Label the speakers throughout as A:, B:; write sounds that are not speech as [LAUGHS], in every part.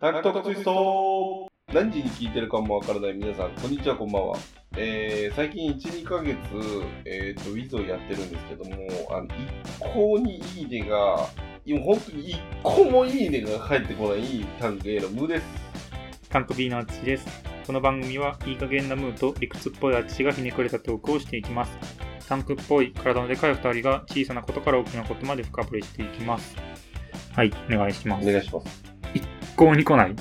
A: タクトクツイスト何時に聞いてるかもわからない皆さん、こんにちは、こんばんは。えー、最近1、2ヶ月、えっ、と、ウィズをやってるんですけども、あの、一向にいいねが、今本当に一個もいいねが返ってこないタンク A のムーです。
B: タンク B のあつしです。この番組はいい加減なムーと理屈っぽいあつしがひねくれたトークをしていきます。タンクっぽい体のでかい二人が小さなことから大きなことまで深掘りしていきます。はい、お願いしま
A: お
B: す。
A: 願いします。
B: 一向に来ない。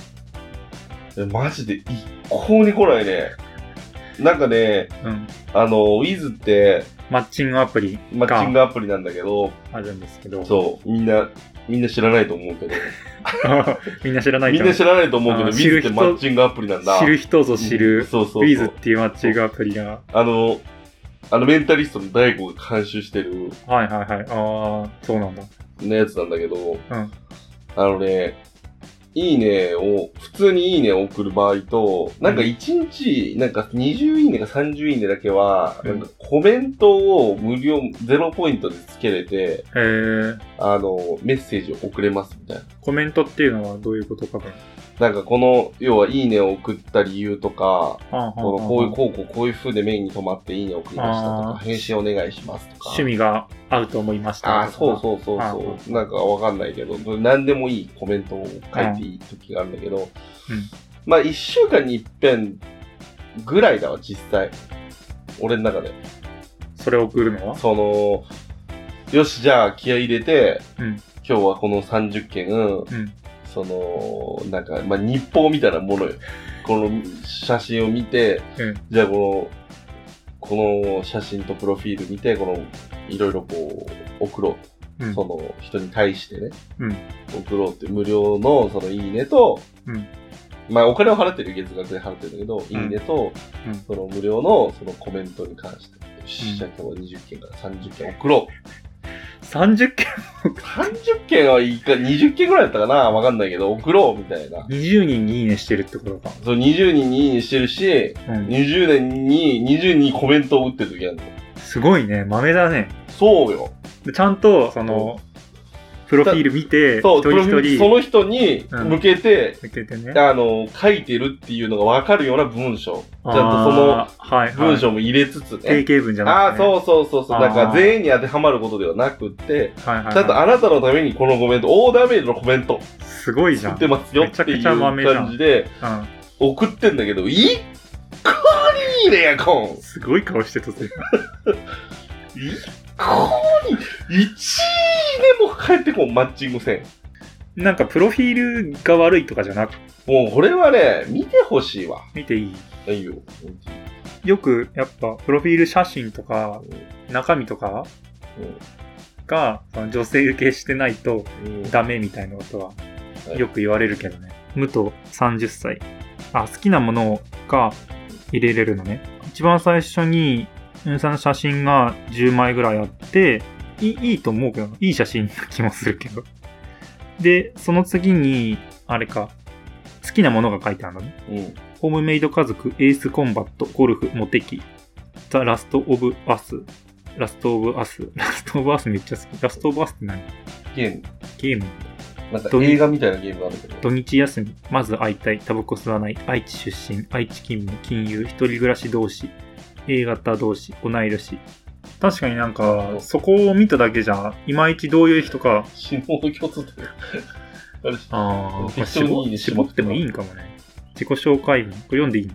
A: えマジで一向に来ないね。なんかね、
B: うん。
A: あの、ウィズって、
B: マッチングアプリ
A: マッチングアプリなんだけど、
B: あるんですけど。
A: そう、みんな、みんな知らないと思うけど、
B: [LAUGHS] みんな知らない
A: み
B: け
A: ん
B: ど
A: な。知らないと思うけど、
B: あ
A: ウ
B: ー
A: ィズっ
B: 知
A: て
B: る人
A: マッチングアプリなんだ。
B: 知る人ぞ知
A: うん
B: る、
A: そうそうそう
B: ウィズっていうマッチングアプリが。
A: あの、あのメンタリストの大悟が監修してる、
B: はいはいはい。ああ、そうなんだ。
A: ね、やつなんだけど、
B: うん
A: あのね、いいねを、普通にいいねを送る場合と、なんか
B: うん
A: 1日、なんか20いいねか30いいねだけは、
B: うん
A: なんかコメントを無料、ゼロポイントでつけれて、
B: えー、
A: あの、メッセージを送れますみたいな。
B: コメントっていうのはどういうことかな。
A: なんかこの、要はいいねを送った理由とか、
B: あー
A: このこういう、
B: は
A: こうこうこういう風でメインに止まっていいねを送りましたと
B: あ
A: か、
B: ー
A: 返信お願いしますとか。
B: 趣味が合うと思いました。
A: ああ、そうそうそう
B: あ
A: そ
B: ー
A: う。なんかわかんないけど、何でもいいコメントを書いていい時があるんだけど、
B: うん
A: まあ一週間に一遍ぐらいだわ、実際。俺の中で。
B: それを送るのは
A: その、よし、じゃあ気合い入れて、
B: うん
A: 今日はこの30件、
B: うん。
A: その、なんか、まあ日報みたいなものよ。この写真を見て、
B: うん
A: じゃあこの、この写真とプロフィール見て、この、いろいろこう、送ろうと。
B: うん
A: その人に対してね、
B: うん
A: 送ろうって無料のそのいいねと、
B: うん
A: まあお金を払ってる月額で払ってるんだけど、いいねと、
B: うん
A: その無料のそのコメントに関して、よしじゃあ今日は20件から30件送ろう。
B: 30件、
A: 30件はいいか、20件ぐらいだったかなわかんないけど、送ろうみたいな。
B: 20人にいいねしてるってことか。
A: そう、20人にいいねしてるし、
B: うん。
A: 20年に、20人にコメントを打ってる時あるの。
B: すごいね。豆だね。
A: そうよ。
B: でちゃんと、その、プロフィール見て、
A: そう、
B: 一人
A: プロフィー
B: 一
A: ルそ
B: 人
A: の人に向けて、
B: 見ててね。
A: あの、書いてるっていうのがわかるような文章。ちゃんとその
B: あー、はい、はい。
A: 文章も入れつつ
B: 定
A: ね。
B: 型文じゃ
A: あ
B: な
A: あ、
B: くて、ね。
A: そうそうそうそう。
B: あー
A: だから全員に当てはまることではなくって、
B: あ、そう。はいはい、
A: ちゃんと
B: は
A: あなたのためにこのコメント、オーダーメイドのコメント
B: い。すごいじゃ
A: 作っ
B: ん。
A: てますよって
B: めちゃ
A: い
B: く
A: う
B: ちゃ豆じゃん
A: 感じで
B: う
A: 送ってんだけど、一個にいいねやこん
B: ん。すごい顔してたぜ。 [LAUGHS]
A: 一個に、一でも帰ってこん、マッチングせん。
B: なんか、プロフィールが悪いとかじゃなく
A: もうこれはね、見てほしいわ。
B: 見ていい。
A: いいよ。
B: よく、やっぱ、プロフィール写真とか、中身とかが、その女性受けしてないと、
A: うん
B: ダメみたいなことは
A: はい
B: よく言われるけどね。無と30歳。あ、好きなものが入れれるのね。一番最初に、うんさんの写真が10枚ぐらいあって、いいいいと思うけど、いい写真な気もするけど。で、その次に、あれか、好きなものが書いてあるのね。
A: うん。
B: ホームメイド家族、エースコンバット、ゴルフ、モテキ、ザ・ラスト・オブ・アス、ラスト・オブ・アス、ラスト・オブ・アスめっちゃ好き。ラスト・オブ・アスって何
A: ゲーム。
B: ゲーム
A: なんか映画みたいなゲームがあるけど。
B: 土日休み、まず会いたい、タバコ吸わない、愛知出身、愛知勤務、金融、一人暮らし同士、A 型同士、同い年。確かになんか、そこを見ただけじゃ、いまいちどういう人か、
A: 死ぬほど共通点。 [LAUGHS] あれ
B: あー
A: 適当にいいね
B: 絞ってもいいんかもね。自己紹介文、これ読んでいい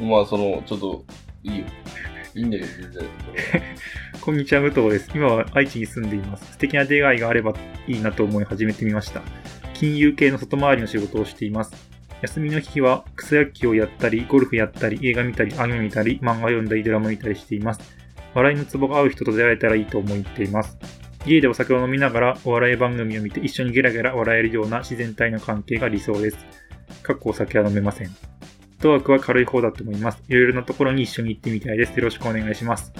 B: の
A: まあ、その、ちょっと、いいよ。いいんだけど、全然。 [LAUGHS]
B: こんにちは、武藤です。今は愛知に住んでいます。素敵な出会いがあればいいなと思い始めてみました。金融系の外回りの仕事をしています。休みの日は草野球をやったり、ゴルフやったり、映画見たり、アニメ見たり、漫画読んだり、ドラマ見たりしています。笑いのツボが合う人と出会えたらいいと思っています。家でお酒を飲みながらお笑い番組を見て一緒にゲラゲラ笑えるような自然体の関係が理想です。かっこお酒は飲めません。トークは軽い方だと思います。いろいろなところに一緒に行ってみたいです。よろしくお願いします。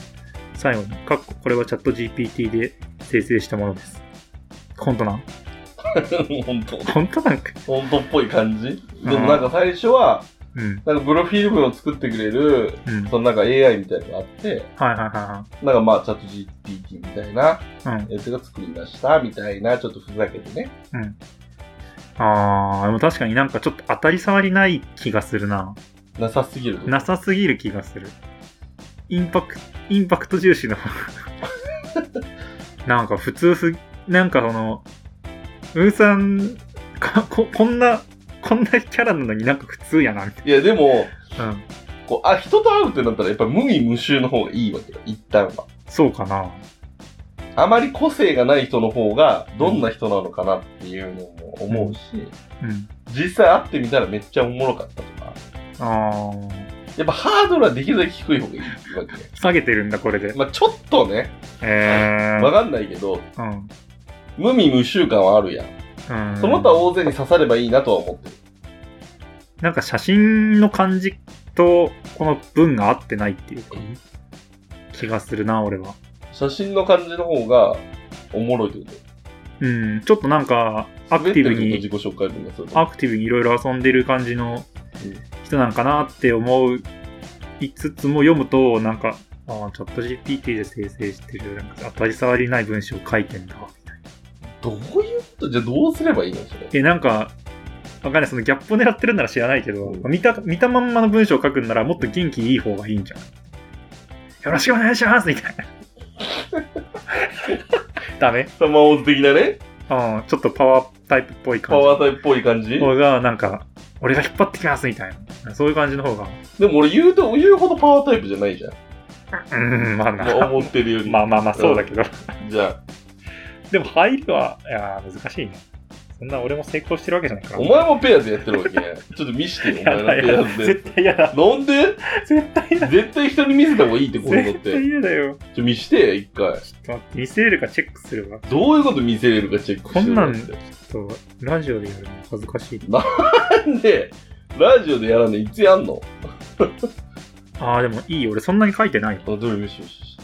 B: 最後に、かっここれはチャット GPT で生成したものです。本当なん
A: 本当。
B: 本当なんか。
A: 本当っぽい感じでもなんか最初は、
B: うん。
A: なんかプロフィール文を作ってくれる、
B: うん。はい
A: そのなんか AI みたいなのがあって、
B: はいは
A: なんかまあチャット GPT みたいない
B: はい。
A: やつが作りましたみたいな、ちょっとふざけてね。
B: うん。うん。あー、でも確かになんかちょっと当たり障りない気がするな。
A: なさすぎると
B: なさすぎる気がする。インパクト、インパクト重視の。 [LAUGHS] なんか普通すぎ、なんかその、ムーさん、かこ、こんな、こんなキャラなのになんか普通やな、みたい
A: いやでも
B: な。うん。
A: こうあ人と会うってなったらやっぱり無味無臭の方がいいわけだ一旦は
B: そうかな。
A: あまり個性がない人の方がどんな人なのかなっていうのも思うし、
B: うん。
A: 実際会ってみたらめっちゃおもろかったとか
B: あー、
A: やっぱハードルはできるだけ低い方がいいわけね
B: 下げてるんだ、これで。
A: まあちょっとね
B: え
A: わ
B: ー。
A: かんないけど
B: うん。
A: 無味無臭感はあるやん
B: うん。
A: その他大勢に刺さればいいなとは思ってる
B: なんか写真の感じと、この文が合ってないっていうか、気がするな、俺は。
A: 写真の感じの方がおもろいってこと
B: うん、ちょっとなんか、アクティブ
A: 滑ってる
B: に、
A: 時の自己紹介文がそれと
B: アクティブにいろいろ遊んでる感じの人なんかなって思う、いつつも読むと、なんか、ああ、チャット GPT で生成してる、なんか当たり障りない文章書いてんだ。
A: どういうことじゃあどうすればいいのそれ
B: え、なんか、わかんない、そのギャップを狙ってるなら知らないけど、
A: うん
B: まあ見た、見たまんまの文章を書くんならもっと元気いい方がいいんじゃん。よろしくお願いしますみたいな。 [LAUGHS] ダメ
A: サマーオズ的なね
B: うん、ちょっとパワータイプっぽい
A: パ
B: 感じ。
A: ワータイプっぽい感じ
B: 方が、なんか、俺が引っ張ってきますみたいな。そういう感じの方が、
A: でも俺言うと言うほどパワータイプじゃないじゃ
B: [LAUGHS]
A: ん、
B: うん、まあ
A: ま
B: な。
A: あ、思ってるより
B: [LAUGHS] まあまあまあ、そうだけど。
A: じゃ
B: でも入りは、いやー、難しいね。そんな俺も成功してるわけじゃないか
A: あ
B: ら。
A: お前もペアーズやってるわけやちょっと見してよお前
B: や
A: の
B: だ
A: ペアー
B: [LAUGHS] やだ
A: ズで
B: 絶対嫌だ。
A: なんで
B: 絶対嫌だ。
A: 絶対人に見せた方がいいってことだっ
B: 絶対
A: て
B: 嫌だよ。
A: ちょ見して一回
B: ちょっと待って、見せれるかチェックするわ。
A: どういうこと見せれるかチェックしてもらって
B: こちょっと、ラジオでやるの恥ずかしい。
A: なんでラジオでやらんのいつやんの
B: あー、でもいいよ。俺そんなに書いてないよ
A: あ、どれよしよし。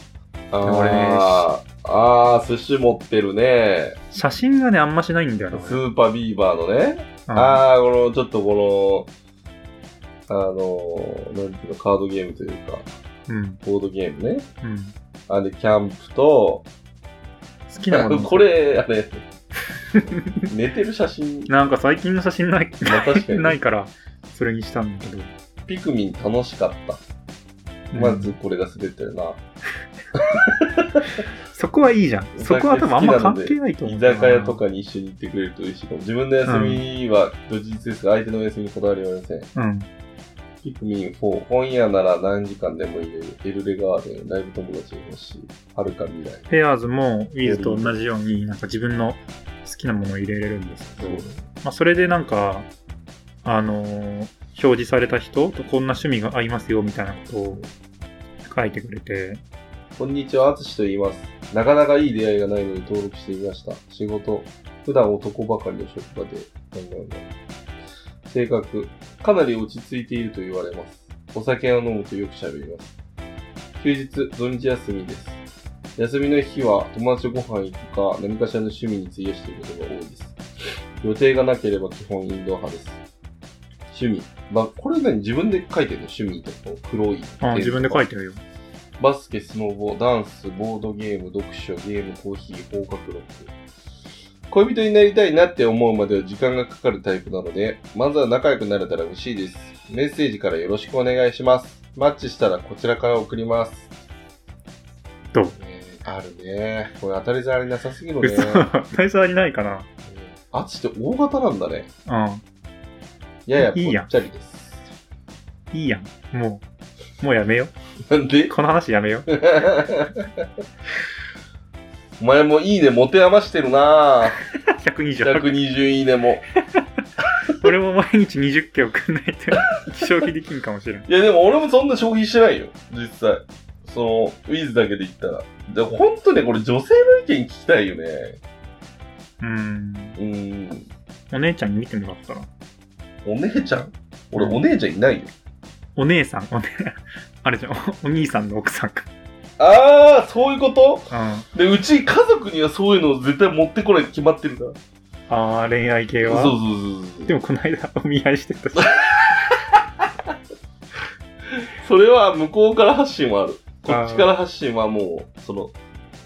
A: あ
B: も俺ね
A: ーあー、寿司持ってるね。
B: 写真がね、あんましないんだよな。
A: スーパービーバーのね。
B: あ
A: あー、この、ちょっとこの、あのー、なんていうの、カードゲームというか、
B: うん、
A: ボードゲームね。
B: うん。
A: あれ、キャンプと、
B: 好きなもの。
A: [LAUGHS] これ、あれ、寝てる写真、
B: なんか最近の写真ない、
A: まあ確かに
B: ないから、それにしたんだけど。
A: ピクミン楽しかった。まずこれが滑ってるな。
B: そこはいいじゃん。そこは多分あんま関係ないと思う
A: 居
B: んだよ
A: 酒
B: な。
A: 屋とかに一緒に行ってくれると嬉しいかも。自分の休みは、どっちですが、相手の休みにこだわりはありません。
B: うん。
A: ピクミン4、本屋なら何時間でも入れる、エルレガーデン、ライブ友達が欲しい、はるか未来。
B: ペアーズもウィズと同じように、なんか自分の好きなものを入れれるんですけど、まあ、それでなんか、あのー表示された人とこんな趣味が合いますよみたいなことを書いてくれて、
A: こんにちは、あつしと言います。なかなかいい出会いがないので登録してみました。仕事、普段男ばかりの職場で、なんだろうな性格、かなり落ち着いていると言われます。お酒を飲むとよく喋ります。休日、土日休みです。休みの日は友達とご飯行くか、何かしらの趣味に費やしていることが多いです。予定がなければ基本インドア派です。趣味。まあ、これ何自分で書いてるの趣味とか、黒い。
B: あ自分で書
A: い
B: いてるよ。
A: バスケ、スノボ、ダンス、ボードゲーム、読書、ゲーム、コーヒー、放課ロック。恋人になりたいなって思うまでは時間がかかるタイプなので、まずは仲良くなれたら嬉しいです。メッセージからよろしくお願いします。マッチしたらこちらから送ります。
B: どう
A: えーあるね。これ当たり障りなさすぎるね。
B: 嘘、 [LAUGHS] 大差ありないかな。
A: あっちって大型なんだね。
B: う
A: ややぽ
B: いいや
A: っちゃりです。
B: ん。いいやん。もう、もうやめよ
A: なんで [LAUGHS]
B: う。この話やめよう。
A: お前もいいね持て余してるなぁ。
B: 120。
A: 120いいねも。
B: 俺も毎日20件送んないと [LAUGHS] 消費できんかもしれん。
A: いやでも俺もそんな消費してないよ、実際。その、ウィズだけで言ったら。で、ほんとね、これ女性の意見聞きたいよね。
B: うん。
A: うーん。
B: お姉ちゃんに見てもらったら。
A: お姉ちゃん俺お姉ちゃんいないよ。
B: お姉さん、お姉、 [LAUGHS] あれじゃん、おお兄さんの奥さんか。
A: あー、そういうこと
B: うん。あ
A: で、うち家族にはそういうのを絶対持ってこない決まってるから。
B: あー、恋愛系は。
A: そうそうそうそう。
B: でもこの間お見合いしてたし。
A: それは向こうから発信はある。こっちから発信はもう、その、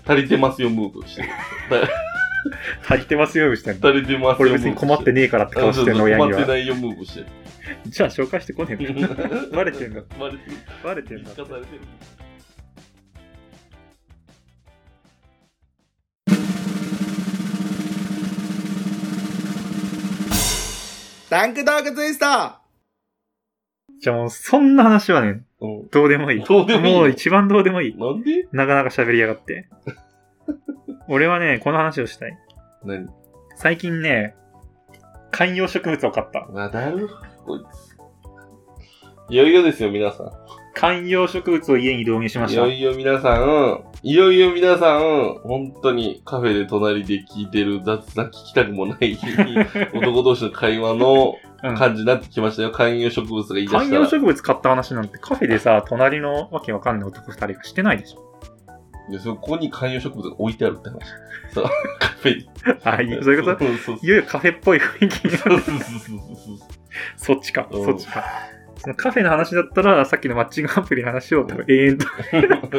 A: 足りてますよムーブしてる。
B: 足りてますよ、みたいな。
A: 足りてます。
B: これ別に困ってねえからって
A: あ
B: 顔
A: そ
B: し
A: う
B: て
A: そう
B: んの、親に
A: 困って
B: は。
A: ないよ、ムーブしてる。
B: じゃあ紹介してこねえんだ。 [LAUGHS] バレてんだ。
A: バレてる。
B: バレて
A: 言
B: ん
A: い
B: だっ
A: 方
B: て
A: さ。れてる。
C: タンクトークツイスト
B: じゃあもう、そんな話はね、
A: うん。
B: どうでもいい。
A: どうでもいい
B: もう一番どうでもいい。
A: なんで
B: なかなか喋りやがって。俺はね、この話をしたい。
A: 何
B: 最近ね、観葉植物を買った。
A: まだるこいつ。いよいよですよ、皆さん。
B: 観葉植物を家に導入しま
A: い
B: し
A: よ
B: た。
A: いよ皆さん、いよいよ皆さん、本当にカフェで隣で聞いてる雑談聞きたくもない男同士の会話の
B: うん
A: 感じになってきましたよ。観葉植物が言い出
B: 観
A: した
B: 葉
A: ら。
B: 植物買った話なんてカフェでさ、隣のわけわかんない男二人がしてないでしょ。
A: でそこに観葉植物が置いてあるって話。そう、カフェに。
B: あ、
A: [LAUGHS]
B: いそういうこと
A: そうそう
B: いよいよカフェっぽい雰囲気にな
A: そう
B: [LAUGHS] る。
A: そうそうそう
B: そっちか、
A: うん
B: そっちか。そのカフェの話だったら、さっきのマッチングアプリの話を多分永遠と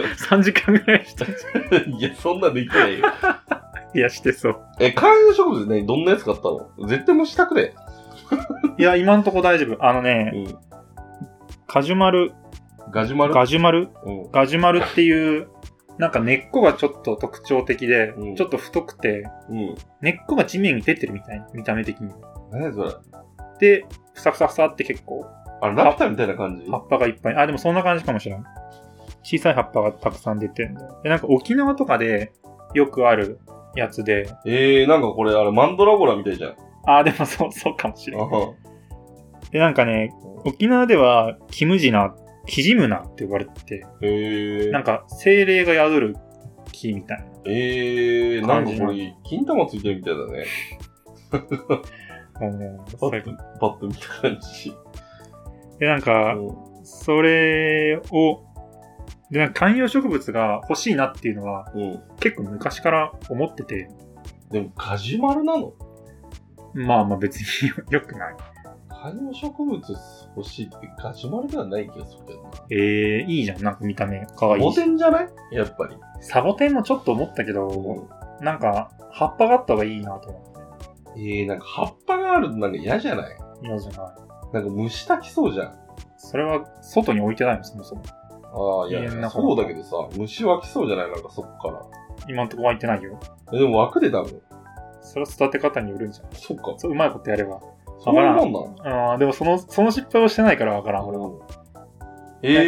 B: [LAUGHS] 3時間ぐらいした。い
A: そういや、そんなんできないよ。
B: や、してそう。
A: え、観葉植物ね、どんなやつ買ったの絶対もうしたくれ。
B: いや、今んとこ大丈夫。あのね、
A: うん。
B: ガジュマル、
A: ガジュマル
B: ガジュマル
A: うん。
B: ガジュマルっていう、なんか根っこがちょっと特徴的で、
A: うん
B: ちょっと太くて、
A: うん。
B: 根っこが地面に出てるみたいな、見た目的に。
A: 何やそれ。
B: で、ふさふさふさって結構、
A: あれ、ラピュタみたいな感じ
B: 葉っぱがいっぱい。あ、でもそんな感じかもしれない。小さい葉っぱがたくさん出てるんだよ。で、なんか沖縄とかでよくあるやつで、
A: えー、なんかこれ、あれ、マンドラゴラみたいじゃん。あ
B: あ、でもそう、 [LAUGHS] そうかもしれない。
A: は
B: で、なんかね、沖縄では、キムジナ、キジムナって呼ばれてて、
A: えー。
B: なんか精霊が宿る木みたいな。
A: えー、なんかこれ、金玉ついてるみたいだね。パッ
B: うんそういう
A: とパ
B: こ、
A: ッと見た感じ。
B: とで、なんか、
A: う
B: それを、で、なんか観葉植物が欲しいなっていうのは
A: ん。うん
B: 結構昔から思ってて、
A: でも、ガジュマルなの
B: まあまあ別に [LAUGHS] 良くない。
A: 観葉植物欲しいって、ガジュマルではない気がするけどな。
B: ええいいじゃん、なんか見た目。かわいい
A: モ
B: し。
A: テんじゃないやっぱり。
B: サボテンもちょっと思ったけど、なんか葉っぱがあった方がいいなと思
A: えー、なんか葉っぱがあるとなんか嫌じゃない
B: って。嫌じゃない。
A: なんか虫炊きそうじゃん。
B: それは外に置いてないの、そもそも。
A: ああ、いやい
B: 家の
A: や、
B: 中
A: そうだけどさ、虫湧きそうじゃないなんかそっから。
B: 今んとこ湧いてないよ。
A: えでも枠で多分。
B: それは育て方によるんじゃん。
A: そっか。
B: そう、うまいことやれば。
A: そういうもんなの
B: あーでもその、その失敗をしてないからわからん、俺は。
A: ええ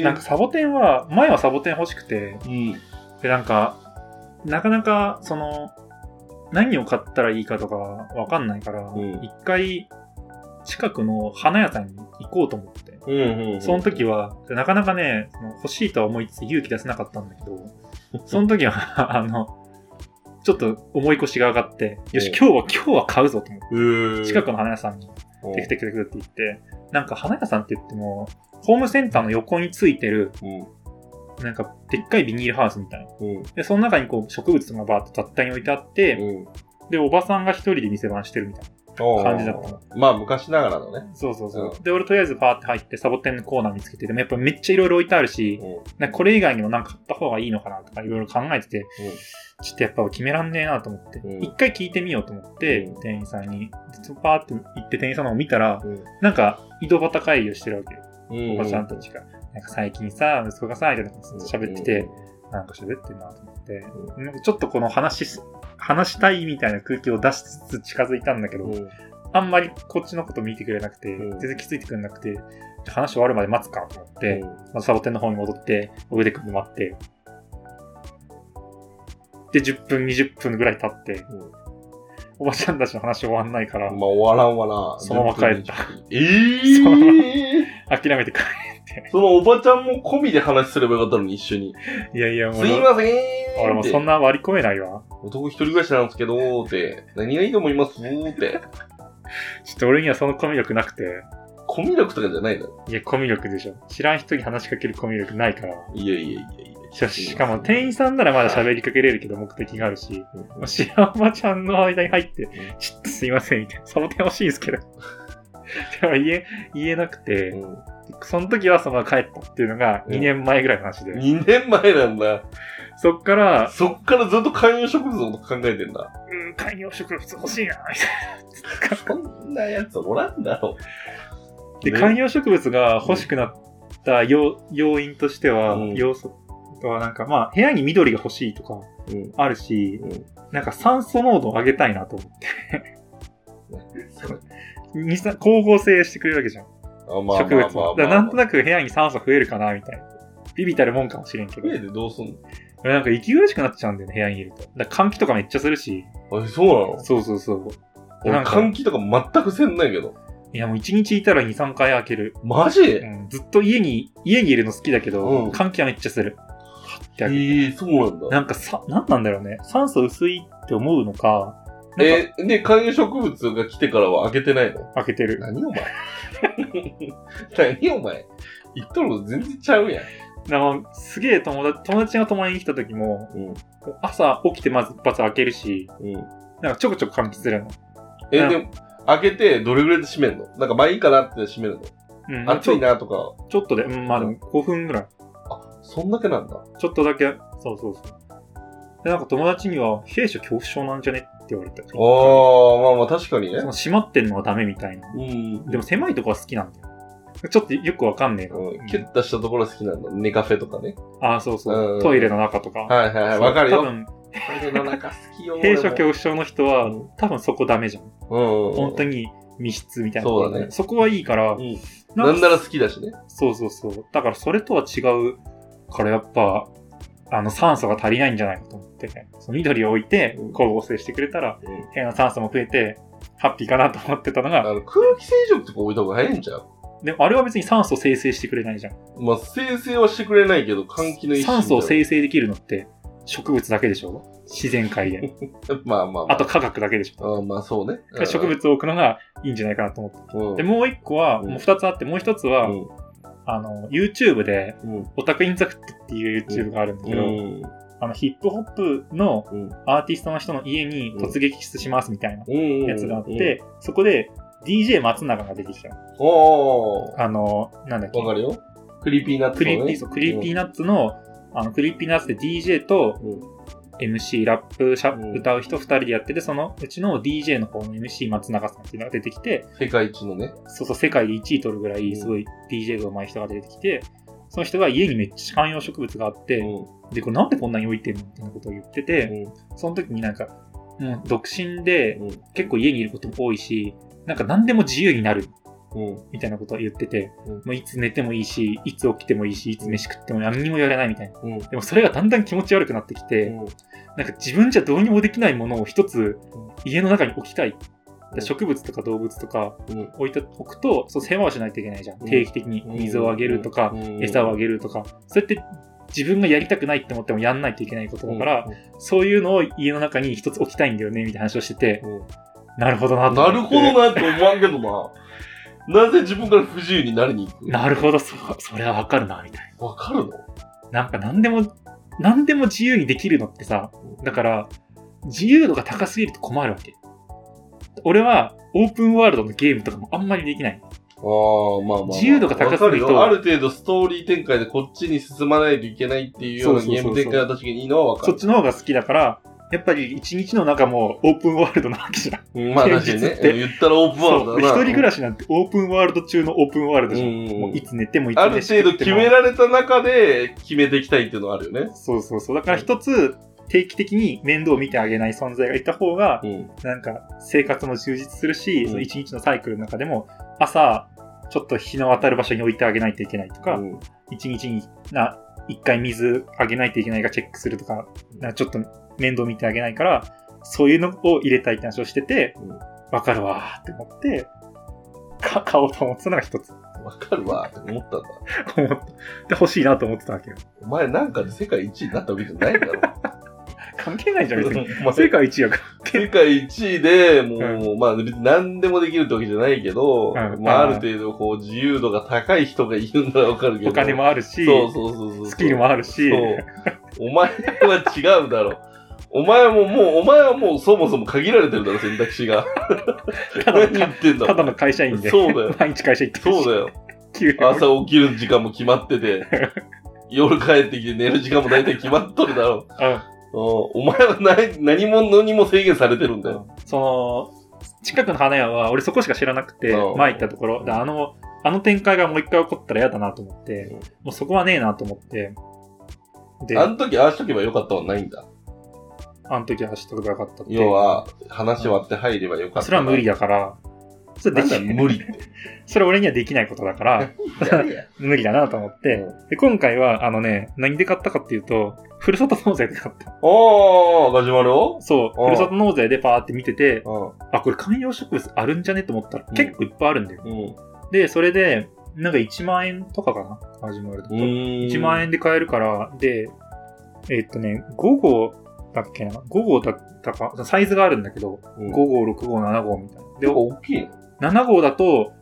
A: ー。
B: なんかサボテンは、前はサボテン欲しくて、
A: うん。
B: で、なんか、なかなか、その、何を買ったらいいかとかわかんないから
A: ん、
B: 一、回、近くの花屋さんに行こうと思って。
A: うんうん、うん。
B: その時は、なかなかね、その欲しいとは思いつつ勇気出せなかったんだけど、 [LAUGHS] その時は、あの、ちょっと思い越しが上がって、よし、
A: うん
B: 今日は、今日は買うぞと思っ
A: えー、
B: て、近くの花屋さんに、
A: うん、
B: テクテクテクって言って、なんか花屋さんって言っても、ホームセンターの横についてる、
A: うん。
B: なんか、でっかいビニールハウスみたいな。
A: うん。
B: で、その中にこう、植物とかバーっと雑多に置いてあって、
A: うん。
B: で、おばさんが一人で店番してるみたい感じだった
A: た。まあ、昔ながらのね。
B: な。そうそうそう。
A: う
B: で、俺とりあえずバーって入って、サボテンのコーナー見つけて、でもやっぱめっちゃいろいろ置いてあるし、
A: う
B: なんかこれ以外にもなんか買った方がいいのかなとかいろいろ考えてて、ちょっとやっぱ決めらんねえなと思って、
A: うん
B: 一回聞いてみようと思って、
A: うん
B: 店員さんに、でバーって行って店員さんの方を見たら、
A: ん。
B: なんか、井戸端会議をしてるわけよ。
A: うん。
B: おばちゃんたちが、なんか最近さ、息子がさ、みたいなこと喋ってて、なんか喋ってるなと思って、なんかちょっとこの話し、話したいみたいな空気を出しつつ近づいたんだけ
A: う
B: ど、
A: ん。うん。
B: あんまりこっちのこと見てくれなくて、
A: うん
B: 全然気づいてくれなくて、話終わるまで待つかと思って、まあサボテンの方に戻って、腕組んで待って、で、10分、20分ぐらい経って、
A: うん
B: おばちゃんたちの話終わんないか
A: ま
B: ら
A: あ、、終わらんわな。
B: そのまま帰った。
A: え
B: そのまま
A: ー、
B: 諦めて帰
A: そのおばちゃんも込みで話すればよかったのに、一緒に。
B: る。 [LAUGHS] いやいや、もう
A: す、いませんー
B: 俺もそんな割り込めないわ。
A: 男一人暮らしなんですけどーって、何がいいと思いますーって。
B: ちょっと俺にはそのコミュ力なくて。
A: コミュ力とかじゃないだろ。
B: いや、コミュ力でしょ。知らん人に話しかけるコミュ力ないから。
A: いやいやいやい
B: し
A: や。
B: しかも、店員さんならまだ喋りかけれるけど目的があるし、
A: うん
B: 知らんおばちゃんの間に入って、ちょっとすいません、みたいな。サボテン欲しいんで
A: [LAUGHS]
B: すけど。でも言え、言えなくて、その時はその帰ったっていうのが
A: うん
B: 2年前ぐらいの話で、
A: うん、2年前なんだ。
B: そっから、
A: そっからずっと観葉植物のこと考えてんだ。
B: うー観葉植物欲しいな、みたい
A: [LAUGHS] こんなやつおらんだろ。
B: な。で、
A: ね
B: 観葉植物が欲しくなった要要因としては、
A: うん
B: 要素とはなんか、まあ、部屋に緑が欲しいとか
A: うん。
B: あるし、
A: うん
B: なんか酸素濃度を上げたいなと思って。二酸光合成してくれるわけじゃん。
A: あ、まあ
B: 植
A: ま
B: 物
A: あまあまあ、
B: だからなんとなく部屋に酸素増えるかな、みたいな。ビビたるもんかもしれんけど。
A: 家でどうすん
B: なんか息苦しくなっちゃうんだよね、部屋にいると。だから換気とかめっちゃするし。
A: のえ、そうなの
B: そうそうそう。な
A: 俺
B: んか
A: 換気とか全くせんないけど。
B: いやもう一日いたら2、3回開ける。
A: マジ
B: う
A: え
B: ん、ずっと家に、家にいるの好きだけど、
A: うん
B: 換気はめっちゃする。
A: え
B: 800
A: そうなんだ。
B: なんかさ、なんなんだろうね。酸素薄いって思うのか、なんか
A: え、で、観葉植物が来てからは開けてないの
B: 開けてる。
A: 何お前 [LAUGHS] 何お前言っとること全然ちゃうやん。
B: なんかすげえ友達、友達が泊まりに来た時も、
A: うん。
B: 朝起きてまず一発開けるし、
A: うん。
B: なんかちょくちょく換気するの。
A: え、
B: うん
A: でも、開けてどれぐらいで閉めるのなんか、まあいいかなって閉めるの、
B: うん、
A: 暑い
B: ちょ
A: なとか、
B: ちょっとで、うん、まあでも5分ぐらい。
A: あ、そんだけなんだ。
B: ちょっとだけ、そうそうそう。で、なんか友達には、弊社恐怖症なんじゃねって言われた。
A: あー、まあまあ確かにね
B: そ。の閉まってんのはダメみたいな。
A: うん。
B: でも狭いとこは好きなんだよ。ちょっとよくわかんねえな。
A: うん、キュッとしたところ好きなんだ。ネカフェとかね。
B: ああ、そうそう。
A: うん
B: トイレの中とか。
A: はいはいはい。わかる
B: 多
A: よ。
B: 分、
A: トイレの中好きよ。
B: 閉所恐
A: 俺も
B: 怖症の人は、
A: うん
B: 多分そこダメじゃん。
A: うんうん。
B: 本当
A: に。
B: に密室みたいな。
A: そうだね
B: そこはいいから、
A: うん
B: な
A: なんん
B: か
A: なら好きだしね。
B: そうそうそう。だからそれとは違うから、やっぱ、あの、酸素が足りないんじゃないかと思って、その緑を置いて、
A: うん
B: 光合成してくれたら、
A: うん
B: 部屋の酸素も増えて、ハッピーかなと思ってたの
A: あ
B: が、
A: の空気清浄機とか置いた方が早いんちゃう
B: でもあれは別に酸素を生成してくれないじゃん。
A: まあ、生成はしてくれないけど、換気の一種
B: 酸素を
A: みたい
B: 生成できるのって植物だけでしょ自然界で。
A: なまあまあま
B: あ
A: あ。
B: と科学だけでしょ
A: あーまあそうね。うん
B: 植物を置くのがいいんじゃないかなと思って。
A: うん。
B: で、もう一個は、
A: うん
B: もう二つあって、もう一つは、あの、YouTube で、
A: うん。うん。
B: オタクインザクトっていう YouTube があるんだけど、
A: うん。
B: あの、ヒップホップの
A: うん
B: アーティストの人の家に突撃しますみたいな
A: うん。
B: やつがあって、そこで DJ 松永が出てきたの。
A: うん。おー。
B: あの、なんだっけ
A: わ、かるよ。クリーピーナッツ
B: クリーピー、そうクリーピー
A: ナッ
B: ナッツの、あの、クリーピーナッツで DJ と
A: ツ。うん
B: MC ラップしゃ、
A: うん
B: 歌う人二人でやってて、そのうちの DJ の方の MC 松永さんっていうのが出てきて、
A: 世界一のね。
B: そうそう、世界で1位取るぐらい、すごい DJ が上手い人が出てきて、その人が家にめっちゃ観葉植物があって、
A: うん。
B: で、これなんでこんなに置いてんのみたいなことを言ってて、その時になんか、うん、独身で
A: うん。
B: 結構家にいることも多いし、なんか何でも自由になる
A: うん。
B: みたいなことを言ってて、
A: うん
B: もういつ寝てもいいし、いつ起きてもいいし、いつ飯食っても何にも言われないみたいな。
A: うん。
B: でもそれがだんだん気持ち悪くなってきて、なんか自分じゃどうにもできないものを一つ
A: うん
B: 家の中に置きたい。
A: うん
B: 植物とか動物とか
A: うん。
B: 置いておくと、そう世話をしないといけないじゃん。
A: うん
B: 定期的に水をあげるとか、
A: うん
B: 餌をあげるとか、それって自分がやりたくないって思ってもやんないといけないことだから、、そういうのを家の中に一つ置きたいんだよね、みたいな話をしてて、
A: うん
B: なるほどなと
A: なる
B: 思っ
A: ほ
B: て。
A: どなって思わんけどな。なぜ自分から不自由になりに行く
B: なるほど、そう、それはわかるな、みたい
A: わかるの
B: な。なんか何でも、何でも自由にできるのってさ、だから、自由度が高すぎると困るわけ。俺は、オープンワールドのゲームとかもあんまりできない。
A: あーまあまあまあ。
B: 自由度が高すぎると
A: わかよある程度ストーリー展開でこっちに進まないといけないっていうような
B: そうそう
A: ゲ
B: そう
A: ー
B: そう
A: ム展開は確かにいいのはわか
B: そっ
A: る。
B: ちの方が好きだから、やっぱり一日の中もオープンワールドなわけじゃん。
A: うんまあ確かに
B: 現
A: ね
B: 実っ。
A: う
B: て
A: ん言ったらオープンワール
B: そ
A: ド
B: う
A: だ
B: 一
A: な。
B: 人暮らしなんてオープンワールド中のオープンワールドじゃん。
A: うんうん
B: もういつ寝てもいつ
A: ある
B: 飯
A: 程
B: 食
A: 度
B: って
A: 決
B: も
A: められた中で決めていきたいっていうのはあるよね。
B: そうそうそう。だから一つ、定期的に面倒を見てあげない存在がいた方が、
A: うん。
B: なんか生活も充実するし、
A: うん
B: その一日のサイクルの中でも、朝、ちょっと日の当たる場所に置いてあげないといけないとか、
A: うん
B: 一日にな、一回水あげないといけないかチェックするとか、なんかちょっと面倒見てあげないから、そういうのを入れたいって話をしてて
A: うん、
B: わかるわーって思って、か買おうと思ってたのが一つ [LAUGHS] 思
A: わかるわって思ったんだ。
B: った。で、欲しいなと思ってたわけよ。
A: お前なんかで世界一位になったわけじゃ [LAUGHS] ないんだろ。
B: 関係ないじゃん、別に。
A: [LAUGHS] お前
B: 世界一やから。
A: 世界一位で、もう、まあ別に何でもできるってわけじゃないけど、
B: うん
A: まああ
B: うん
A: る程度こう自由度が高い人がいるならわかるけど。
B: お金もあるし、
A: そうそうそうそう。
B: スキルもあるし、
A: そう。お前は違うだろ。お前ももう、お前はもうそもそも限られてるだろ、選択肢が。
B: ただ
A: 何
B: の
A: 言ってんだ
B: ただの会社員で、
A: そうだよ
B: 毎日会社行ってるし
A: そうだよ。
B: 給料
A: 朝起きる時間も決まってて、夜帰ってきて寝る時間も大体決まっとるだろう。
D: うん。
A: うんお前は何何者にも制限されてるんだよ。
B: その、近くの花屋は、俺そこしか知らなくて
A: う、ん
B: 前行ったところ、であの、あの展開がもう一回起こったら嫌だなと思って
A: うん、
B: もうそこはねえなと思って、で、
A: あ
B: あ
A: の時ああしとけばよかったはないんだ。
B: の時走ったことがよかったって。
A: 要は、話割って入ればよかった。
B: それは無理だから、それ
A: な
B: で
A: ん
B: き
A: だ無理って。
B: [LAUGHS] それ俺にはできないことだから、無理だなと思って、で今回は、あのね、何で買ったかっていうと、ふるさと納税で買った。
A: おー、ガジュマルを
B: そう、
A: うん
B: ふるさと納税でパーって見てて、
A: う
B: あ、これ観葉植物あるんじゃねと思ったら、
A: うん
B: 結構いっぱいあるんだよ。
A: ん。うん。
B: で、それで、なんか1万円とかかな始まると。
A: 1
B: 1万
A: 円。
B: 円で買えるから、で、えーっとね、5号だっけな ?5 号だったか、サイズがあるんだけど、
A: うん
B: 5号、6号、7号みたいな。で、
A: 大きいの
B: 7号だと、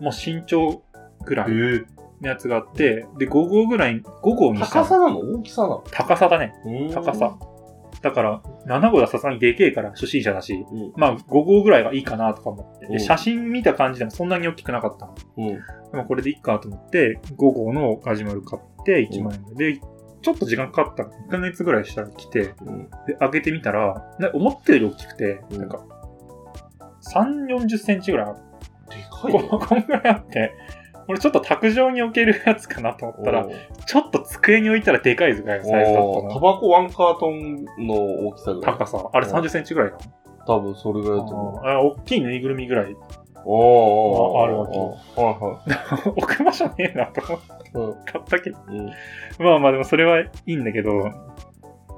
B: もう身長ぐらい
A: え
B: のやつがあって、で、5号ぐらい、5号
A: え
B: にした
A: 高
B: の
A: さなの大きさなの
B: 高さだね。
A: うーん
B: 高さ。だから、7号はさすがにでけえから初心者だし、
A: うん
B: まあ5号ぐらいがいいかなとか思って、
A: うん
B: で写真見た感じでもそんなに大きくなかったの。
A: うん。
B: でもこれでいいかと思って、5号のガジュマル買って1万円で、でちょっと時間かかった。1ヶ月ぐらいしたら来て、
A: うん。
B: で、開けてみたら、な思ったより大きくて、
A: うん
B: なんか、3、40センチぐらいある。
A: でかい
B: この
A: よ。
B: こんぐらいあって、俺ちょっと卓上に置けるやつかなと思ったら、ちょっと机に置いたらでかいぐらいのサイズだった
A: おータ
B: の。
A: バコワンカートンの大きさぐらい。
B: 高さ。あれ30センチぐらいだ。
A: 多分それぐらいだと思う。
B: ああ大きいぬいぐるみぐらい。 [LAUGHS]
A: おーおーおー
B: ああるわけ
A: は
B: 置く場所ねえなと思って
A: いはい。
B: 買ったけど。
A: うん。
B: まあまあでもそれはいいんだけど、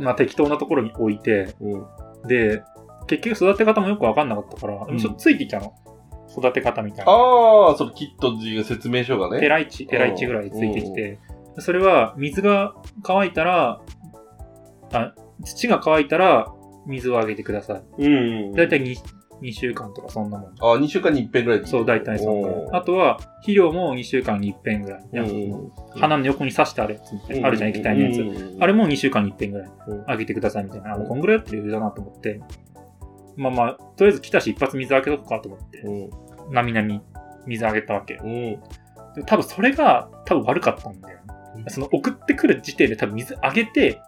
B: まあ適当なところに置いて、
A: うん。うん。
B: で、結局育て方もよくわかんなかったから、
A: うん
B: ちょっとついてきたの。育て方みたいな。
A: ああ、それキットっていう説明書が
B: ペ
A: ね。
B: ライチ、ペライチぐらいついてきて、それは水が乾いたら、あ、土が乾いたら水をあげてください。
A: うん
B: だいたい 2, 2週間とかそんなもん。
A: ああ、2週間に一遍ぐらいでいい
B: そう、大体そんな
A: お
B: もん。
A: ー
B: あとは、肥料も2週間に1遍ぐらい。
A: うん
B: 花の横に刺してあるやつみたいなあるじゃん、液体のやつ。
A: つ
B: あれ
A: も、
B: も2週間に1遍ぐらい
A: うん
B: あげてくださいみたいな。あもうこんぐらいやってる余裕だなと思って。まあまあ、とりあえず来たし一発水あげとくかと思って、
A: うん。
B: なみなみ水あげたわけ。
A: うん。
B: で多分それが多分悪かったんだよね
A: う。ん
B: その送ってくる時点で多分水あげて、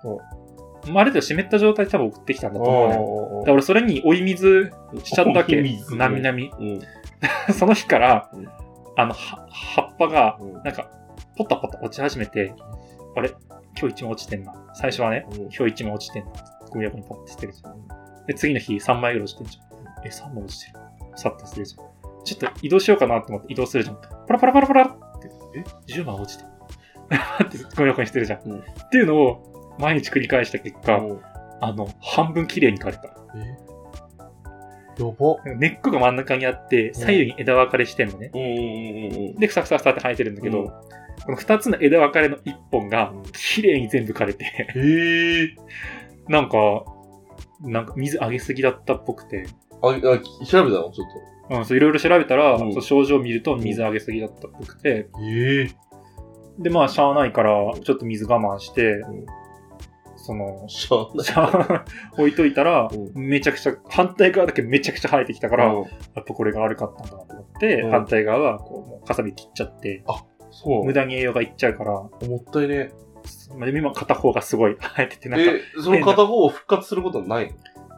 B: まあある程度湿った状態で多分送ってきたんだと思う
A: お
B: ね。だ
A: ー
B: から俺それに追い水しちゃったわ
A: 追
B: け
A: い水。
B: なみなみ。 [LAUGHS]
A: うん。
B: その日から
A: うん、
B: あの、は葉っぱが、
A: うん
B: なんか、ポタポタ落ち始めて、あれ今日一枚落ちてんな。最初はね、
A: うん
B: 今日一枚落ちてんな。ゴミ箱にポッて捨てるじゃん。で、次の日3枚ぐらい落ちてんじゃん。え、3枚落ちてる。さって捨てるじゃん。ちょっと移動しようかなと思って移動するじゃん。パラパラパラパラって、え ?10 枚落ちてる。 [LAUGHS] ってゴミ箱に捨てるじゃん。
A: うん
B: っていうのを、毎日繰り返した結果、
A: うん
B: あの、半分綺麗に枯れた。
A: えやば。
B: 根っこが真ん中にあって、左右に枝分かれしてんのね。
A: うんうんうんうんうん。
B: で、ふさふさふさって生えてるんだけど、
A: うん
B: この二つの枝分かれの一本が
A: うん、
B: 綺麗に全部枯れて、
A: へえ。
B: なんか、なんか水あげすぎだったっぽくて、
A: あ、あ、調べたのちょっ
B: うん、そういろいろ調べたら、
A: うん
B: そう症状を見ると水あげすぎだったっぽくて、
A: と。ええ。
B: で、まあ、しゃあないから、ちょっと水我慢して、
A: うん
B: その、 [LAUGHS]
A: しゃあない。
B: しゃ置いといたら、
A: う
B: めちゃくちゃ、反対側だけめちゃくちゃ生えてきたから、
A: うん
B: やっぱこれが悪かったんだなと思って、
A: うん
B: 反対側は、こう、もう、かさび切っちゃって、
A: そう
B: 無駄に栄養がいっちゃうから、
A: もったいね。
B: まあ、今片方がすごい生えてて、なんか、
A: え、その片方を復活することはない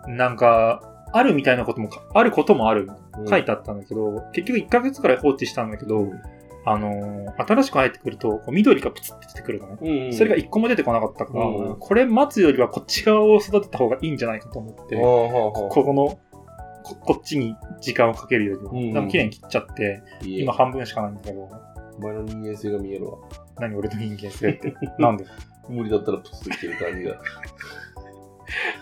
B: なんか、あるみたいなこともか、あることもある。
A: の
B: 書いてあったんだけど、結局1ヶ月くらい放置したんだけど、あのー新しく生えてくると、こう緑がプツって出てくるのね。
A: うんうん。
B: それが1個も出てこなかったから、
A: うん
B: これ待つよりはこっち側を育てた方がいいんじゃないかと思って、
A: ああはあはあ
B: ここの、ここっちに時間をかけるよりは、
A: うん
B: でも綺麗に切っちゃって、
A: いいえ
B: 今半分しかないんだけど、
A: お前の人間性が見えるわ。
B: 何俺の人間性って。なんで
A: 無理だったらプツッといける感じが。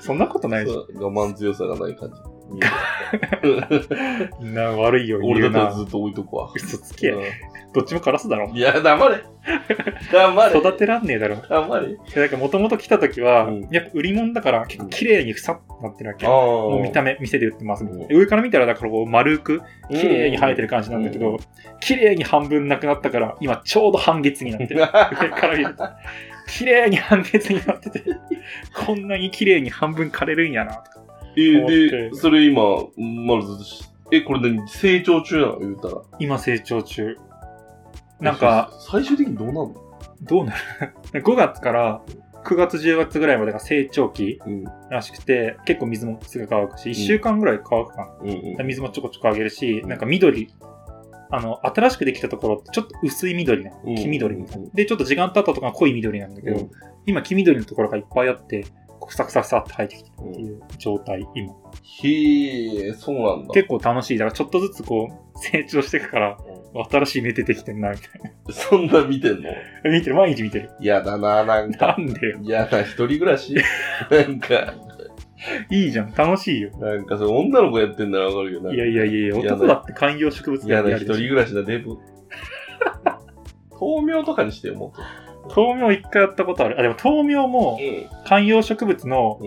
B: そんなことないでしょ。
A: そう我慢強さがない感
B: [LAUGHS]
A: じ見える。
B: な悪いよ、
A: 俺だ
B: 言う
A: ったら
B: な
A: ず。っと置いとくわ。
B: 嘘つけ。
A: う
B: どっちもカラスだろ
A: ん。いや、黙れ。黙れ。
B: 育てらんねえだろ。
A: 黙れ。
B: でなんかもともと来た時は、
A: うん
B: やっぱ売り物だから結構綺麗にふさってなってるわけ。
A: ああ。
B: もう
A: も
B: 見た目、店で売ってますみたいな
A: うん
B: で上から見たらだからこう丸く、綺麗に生え
A: る。
B: てる感じなんだけ
A: う
B: ど
A: ん、
B: 綺麗に半分なくなったから、今ちょうど半月になっ
A: [LAUGHS]
B: てる。上から見ると。綺麗に半月になってて、こんなに綺麗に半分枯れるんやなとか。
A: え
B: 思っ
A: ー、
B: て
A: で、それ今、まずずっとし、え、これ何成長中なの言うたら。
B: 今成長中。なんか、
A: そ、最終的にどうなんの
B: どうなる [LAUGHS] ?5 月から9月10月ぐらいまでが成長期
A: うん。
B: らしくて、結構水もすぐ乾くし、1週間ぐらい乾くかな。
A: うんうん。
B: 水もちょこちょこあげるし、なんか緑、あの、新しくできたところってちょっと薄い緑な、
A: うん
B: 黄緑みたい
A: うん
B: な。で、ちょっと時間経ったとか濃い緑なんだけど、今黄緑のところがいっぱいあって、こうサクサクサって生えてきてるっていう状態、今。
A: へえ、そうなんだ。
B: 結構楽しい。だからちょっとずつこう、成長していくから、新しい芽出てきてんな、みたい
A: そんな見てんの
B: な。 [LAUGHS] 見てる、毎日見てる。
A: 嫌だな、なん
B: な
A: か。
B: んでよ。
A: 嫌な一人暮ら
B: [LAUGHS]
A: しなんか、
B: いいじゃん、楽しいよ。
A: なんかそれ女の子やってんならわかるよな。
B: いやいやいやいや、
A: いや
B: 男だって観葉植物
A: 嫌
B: 園で
A: な
B: や
A: 一
B: る
A: 人
B: でし
A: 暮らしだ、デブ。 [LAUGHS] 豆苗とかにしてよ、もっと。
B: ょ。豆苗一回やったことある。あ、でも豆苗も観葉植物の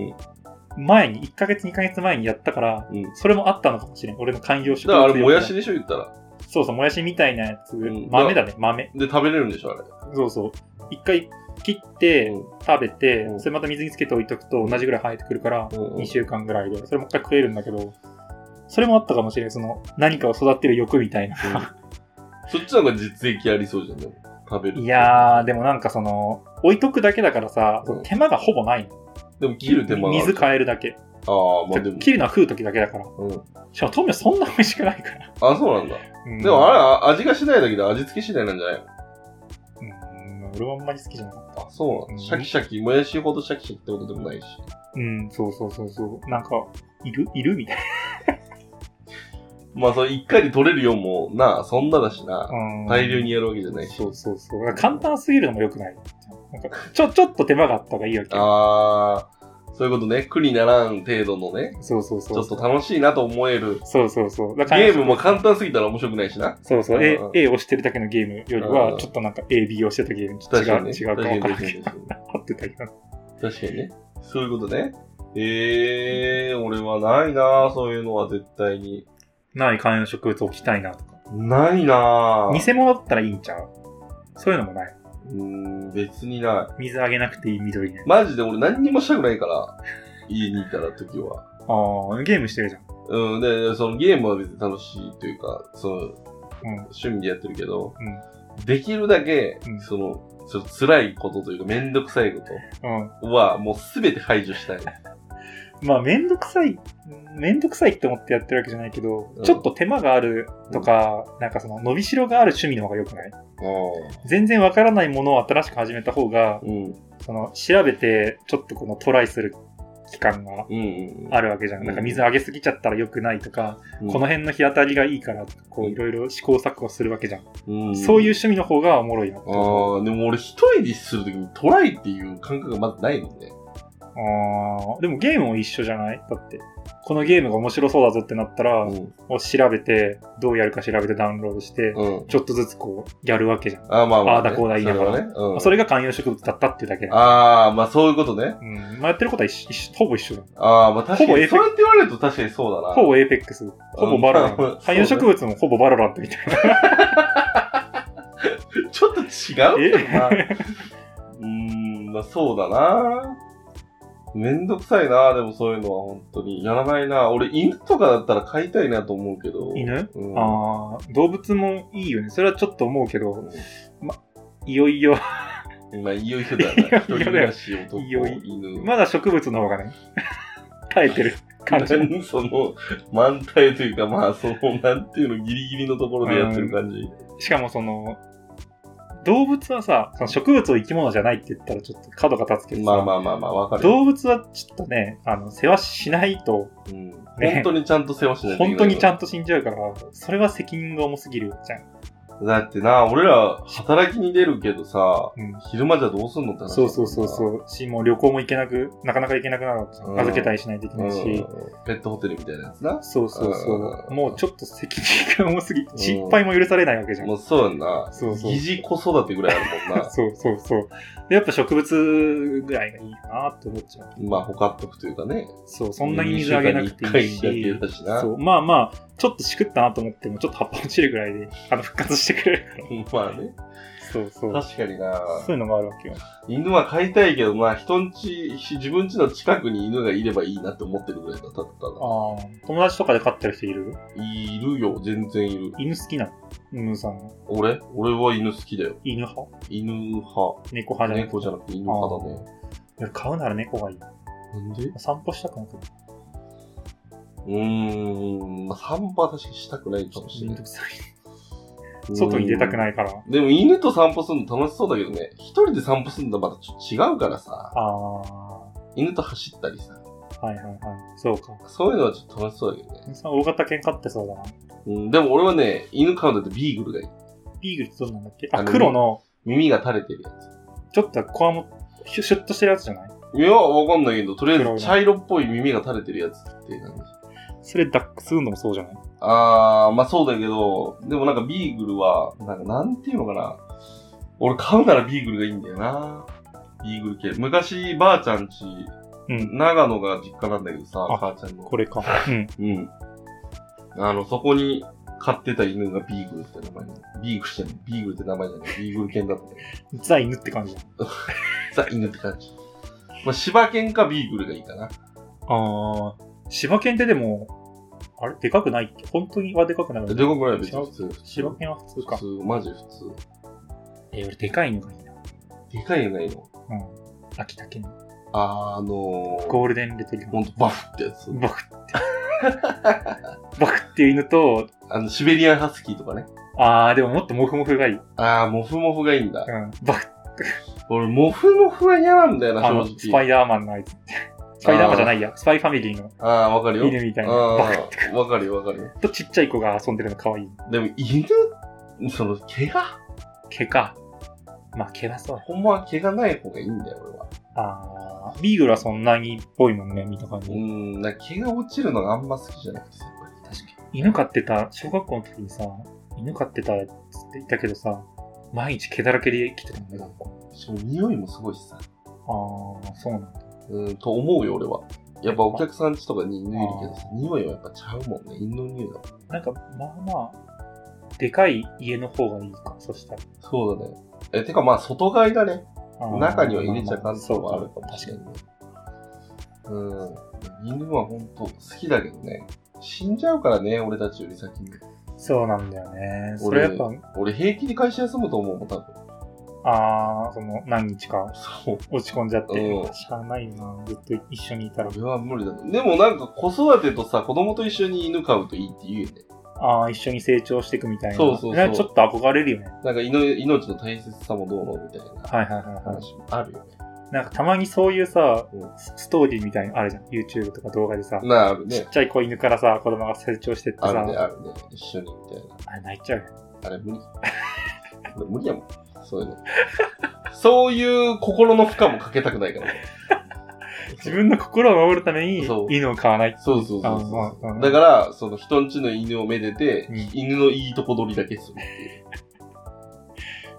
B: 前に、1ヶ月2ヶ月前にやったから、 [LAUGHS]
A: うん
B: それもあったのかもしれん。俺の観葉植
A: だ
B: 物
A: からあ
B: 園
A: れ、もやしでしょ、言ったら。
B: そうそう、もやしみたいなやつ。
A: ん
B: 豆だね、豆。
A: で、食べれるんでしょ、あれ。
B: そうそう。一回切って、
A: うん
B: 食べて、
A: うん
B: それまた水につけて置いとくと同じぐらい生えてくるから、
A: うんうん
B: 2週間ぐらいで、それもう一回食えるんだけど、それもあったかもしれん。その、何かを育てる欲みたいな。
A: [LAUGHS] そっちの方が実益ありそうじゃん、でも食べる。
B: いやー、でもなんかその、置いとくだけだからさ、
A: うん
B: 手間がほぼないの。
A: でも切る手間がある。
B: 水変えるだけ。
A: ああ、まあでも。
B: 切るのは食う時だけだから。
A: うん。
B: しかも豆苗そんな美味しくないから。
A: あ、そうなんだ。
B: うん
A: でもあれあ、味が次第だけど、味付け次第なんじゃないの
B: うん、俺はあんまり好きじゃなかった。
A: あ、そうな
B: うん
A: のシャキシャキ、もやしほどシャキシャキってことでもないし。
B: うん、そうそうそうそう。なんか、いるいるみたい
A: まあ、それ一回で取れるよも、なあ、そんなだしな。
B: な。
A: 大量にやるわけじゃないし。
B: そうそうそう。だから簡単すぎるのも良くない。なんか、ちょ、ちょっと手間があった方がいいわけ。
A: ああ、そういうことね。苦にならん程度のね、
B: そうそうそう。
A: ちょっと楽しいなと思える。
B: そうそうそう。だから
A: ゲームも簡単すぎたら面白くないしな。
B: そうそう。
A: うん
B: A、A 押してるだけのゲームより
A: う
B: は、
A: ん
B: ちょっとなんか A、B 押してたゲームと
A: 確
B: 違
A: か
B: う、
A: にね。
B: 違うか
A: 確か
B: 分
A: に
B: からん
A: 確か
B: け
A: に
B: ど。 [LAUGHS] 合ってたりな。
A: 確かにね。そういうことね。ええー、俺はないなあそういうのは絶対に。
B: ない観葉植物置きたいなとか。
A: ないなあ
B: 偽物だったらいいんちゃうそういうのもない。
A: うーん、別にない。
B: 水あげなくていい緑ね。
A: マジで俺何にもしたくないから、 [LAUGHS] 家にいたら時は。
B: ああ、ゲームしてるじゃん。
A: うん、で、そのゲームは別に楽しいというか、その、
B: うん
A: 趣味でやってるけど、できるだけ、
B: うん
A: その、ちょっと辛いことというかめんどくさいこ
B: うん。
A: とは、もうすべて排除したい。
B: まあ、めんどくさい、めんどくさいって思ってやってるわけじゃないけど、
A: うん
B: ちょっと手間があるとか、なんかその伸びしろがある趣味の方が良くない全然わからないものを新しく始めた方が、
A: うん。うん
B: その、調べて、ちょっとこのトライする期間が
A: うん。
B: あるわけじゃん。なんか水あげすぎちゃったら良くないとか、この辺の日当たりがいいから、こ
A: う
B: うんいろいろ試行錯誤するわけじゃん。
A: 辺、ん
B: そういう趣味の方がおもろいなって思う。
A: ああ、でも俺一人でするときにトライっていう感覚がまずないもんね。
B: あーでもゲームも一緒じゃないだって。このゲームが面白そうだぞってなったら、
A: うん。
B: を調べて、どうやるか調べてダウンロードして、
A: うん。
B: ちょっとずつこう、やるわけじゃん。
A: ああ、まあまあ、
B: ああだこうだ言いながら
A: それはね。うん。
B: それが観葉植物だったっていうだけだ。
A: ああ、まあそういうことね。
B: うん。まあ、やってることは一緒一緒、ほぼ一緒だよ。
A: ああ、まあ確か
B: ほぼ
A: に。
B: エ
A: そ
B: フェ
A: うやって言われると確かにそうだな。
B: ほぼエーペックス、ほぼバロラ
A: う
B: ン
A: ん [LAUGHS] まあ
B: ト。観葉植物もほぼバロラントみたいな。
A: ちょっと違うけどな。う
B: え
A: [LAUGHS] ーん、まあそうだな。めんどくさいな、でもそういうのは本当に。やらないな。俺、犬とかだったら飼いたいなと思うけど。
B: 犬
A: うん、
B: ああ、動物もいいよね。それはちょっと思うけど、ま、いよいよ、
A: 今、いよいよだよね。一
B: [LAUGHS]
A: 人暮らし男、
B: いよいよ
A: 犬。
B: まだ植物の方が
A: [LAUGHS]
B: ね、耐えてる感じ。
A: 何その、満体というか、まあ、その、なんていうの、ギリギリのところでやってる感じ。
B: しかもその、動物はさ、その植物を生き物じゃないって言ったらちょっと角が立つけどさ、
A: まあまあまあまあ、わかる。
B: 動物はちょっとね、あの、世話しないと、
A: うん、
B: ね
A: 本当にちゃんと世話しないといけな
B: 本当
A: い
B: にちゃんと死んじゃうから、それは責任が重すぎるじゃん。
A: だってな、俺ら、働きに出るけどさ、
B: うん
A: 昼間じゃどうすんのって話。
B: そうそうそうそうう。し、もう旅行も行けなく、なかなか行けなくなるわけじゃ。
A: うんん
B: 預けたりしないといけ
A: う
B: なんいし。、
A: ペットホテルみたいなやつな。
B: そうそうそう。
A: うん
B: もうちょっと責任が重すぎ、
A: ん
B: 失敗も許されないわけじゃん。
A: もうそうやんな。
B: そうそう
A: 疑。似子育てぐらいあるもん
B: [LAUGHS]
A: な。
B: そうそうそう。でやっぱ植物ぐらいがいいなって思っちゃう。
A: まあ、ほかっとくというかね。
B: そう、そんなに水あげなくていい
A: 二週間に一回だけ
B: し。
A: だしな
B: そう、まあまあ、ちょっとしくったなと思っても、ちょっと葉っぱ落ちるぐらいで、あの、復活してくれるから。
A: まあね。
B: そうそう。
A: 確かにな
B: そういうのがあるわけよ。
A: 犬は飼いたいけどな、人んち、自分ちの近くに犬がいればいいなって思ってるぐらいだっただな。
B: ああ。友達とかで飼ってる人いる
A: いるよ、全然いる。
B: 犬好きなのムーさんは。
A: 俺俺は犬好きだよ。
B: 犬派
A: 犬派。
B: 猫派じゃなくて。
A: 猫じゃなくて犬派だね。
B: いや飼うなら猫がいい。
A: なんで
B: 散歩したくなくて。
A: うーん、まあ、散歩は確かにしたくないかもし
B: め
A: れな
B: んど
A: い。
B: くさい。外に出たく
A: い。
B: ないから。
A: でも犬と散歩するの楽しそうだけどね、一人で散歩するのはまたちょっと違うからさ、
B: ああ。
A: 犬と走ったりさ、
B: はいはいはい。そうか。
A: そういうのはちょっと楽しそうだけどね。
B: ムーさん、大型犬飼ってそうだな。
A: うん、でも俺はね、犬飼うんだってビーグルがいい。
B: ビーグルってどんなんだっけあ、
A: あの
B: 黒の、
A: 耳が垂れてるやつ。
B: ちょっとこわも、シュシュッとしてるやつじゃない
A: いや、わかんないけど、とりあえ
B: 黒い
A: ず
B: の
A: 茶色っぽい耳が垂れてるやつってなんで
B: それ、ダックスフンドもそうじゃない
A: あー、まあそうだけど、でもなんかビーグルは、なんかなんていうのかな。俺買うならビーグルがいいんだよな。ビーグル系。昔、ばあちゃんち、
B: うん。
A: 長野が実家なんだけどさ、
B: あ
A: 母ちゃんの。
B: これか。うん。
A: うん。あの、そこに飼ってた犬がビーグルって名前なのビーグルじゃない。ビーグルって名前じゃない。ビーグル犬だったね。
B: ザ犬って感じだ。
A: ザ、犬って感じ。まあ、柴犬かビーグルがいいかな。
B: あー。柴犬ってでも、あれでかくないって本当にはでかくない
A: でかくない別に
B: 柴
A: 普通。
B: 柴犬は普通
A: 普
B: か。
A: 通、マジ普通。
B: えー、俺、でかいのがいいな。
A: でかい犬がいいの。
B: うん。秋田犬。
A: あーあのー、
B: ゴールデンレトリバー。
A: ほんとバフってやつ。
B: バクって。バクっていう犬と、
A: あの、シベリアンハスキーとかね。
B: あー、でももっとモフモフがいい。うん。
A: ああ、モフモフがいいんだ。
B: バク
A: 俺、モフモフは嫌なんだよな、
B: あの、
A: 正
B: スパ
A: 直。
B: イダーマンのあいつ。スパイダーマンじゃないや。スパイファミリーの
A: ああ、わかるよ。
B: 犬みたいな。
A: あ
B: バク
A: あ、わかるよ、わかるよ。
B: ッとちっちゃい子が遊んでるの可愛い。
A: でも、犬、その、毛が、
B: 毛か。まあ毛はそうだ。
A: ほんまは毛がない方がいいんだよ、俺は。
B: あー、ビーグルはそんなにっぽいもんね、見た感じ。
A: うーん、なんか毛が落ちるのがあんま好きじゃなくてさ、やっぱり
B: 確かに。犬飼ってた、小学校の時にさ、犬飼ってたって言ったけどさ、毎日毛だらけで来てたんだよ、学校。
A: しかも匂いもすごいしさ。
B: あー、そうなんだ。
A: うーん、と思うよ、俺は。やっぱお客さん家とかに犬いるけどさ、匂いはやっぱちゃうもんね。犬の匂いだもん。
B: なんか、まあまあ、でかい家の方がいいか、そしたら。
A: そうだね。え、てかまあ、外買いだね。
B: あー
A: 中には入れちゃかんと
B: ま
A: は
B: あ
A: あ
B: ま
A: る
B: あ
A: かもし
B: そう
A: れ
B: か
A: ない。うん。犬は本当好きだけどね。死んじゃうからね、俺たちより先に。
B: 確かにそうなんだよね。それ
A: 俺
B: やっぱ、
A: 俺平気で会社休むと思うもん、多分。
B: あー、その、何日か
A: そう。
B: 落ち込んじゃって、
A: うん
B: しゃあないよな、ずっと一緒にいたら。
A: 俺は無理だと。でもなんか子育てとさ、子供と一緒に犬飼うといいって言うよね。
B: ああ、一緒に成長していくみたいな。
A: そうそうそう
B: なんかちょっと憧れるよね。
A: なんか犬命の大切さもどうのみたいな
B: はいはいはいはい。
A: 話もあるよね。
B: なんかたまにそういうさ、
A: うん
B: スストーリーみたいなのあるじゃん。YouTube とか動画でさ、
A: なあ、ある
B: ちっ
A: ね。
B: ちゃい子犬からさ、子供が成長してってさ、
A: あるね、あるね。一緒にみたいな。
B: あれ泣いちゃうよ。
A: あれ無理。俺無理やもん。そういう
B: [LAUGHS]
A: の。そういう心の負荷もかけたくないから。
B: 自分の心を守るために
A: そう
B: 犬を飼わない。
A: そうそうそう
B: あ
A: そ
B: まあまあ
A: う。だから、その人んちの犬をめでて、
B: うん
A: 犬のいいとこ取りだけするっていう。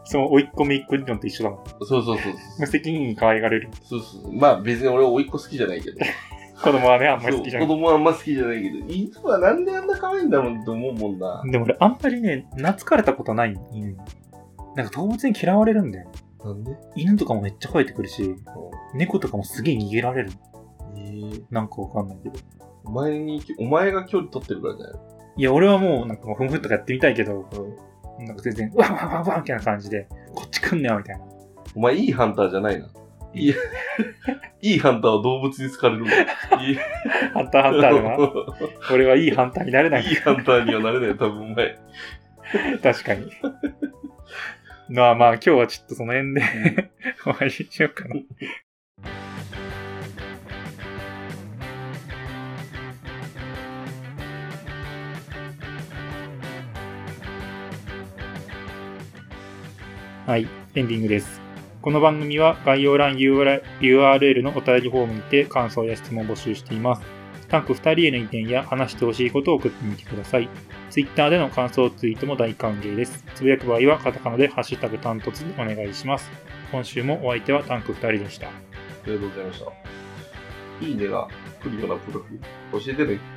B: その甥いっ子めいっ子理論と一緒だもん。
A: そうそうそう
B: 無責任に可愛がれる。
A: そう。そうそうまあ別に俺、甥いっ子好きじゃないけど。
B: 子供はね、あんまり
A: そう
B: 好き
A: 子
B: じゃない。
A: 供はあんま好きじゃないけど、犬はなんであんな可愛いんだろうって思うもんな。
B: でも俺あんまりね、懐かれたことない犬に。なんか動物に嫌われるんだよ。
A: なんで
B: 犬とかもめっちゃ吠えてくるし、猫とかもすげえ逃げられる。
A: えー
B: なんかわかんないけど。
A: お前に、お前が距離取ってるからじゃない
B: いや、俺はもうなんかもうふんふんとかやってみたいけど、
A: うん
B: なんか全然、わんわんわんわんみたいな感じで、こっち来んねよみたいな。
A: お前いいハンターじゃないな。いい、いいハンターは動物に好かれ
B: [LAUGHS]
A: るんだ。いい
B: ハンターハンター
A: [LAUGHS]
B: でな。俺はいいハンターになれない
A: いいハンターにはなれないよ、多
B: [LAUGHS]
A: 分お前。
B: 確かに。
A: [LAUGHS]
B: まあまあ、今日はちょっとその辺で [LAUGHS] 終わりにしようかな。はい、エンディングです。この番組は概要欄 URL URL のお便りフォームにて感想や質問を募集しています。タンク2人への意見や話してほしいことを送ってみてください。ツイッターでの感想ツイートも大歓迎です。つぶやく場合はカタカナでハッシュタグ単突でお願いします。今週もお相手はタンク2人でした。
A: ありがとうございました。いいねが来るようなプロフィール教えてね。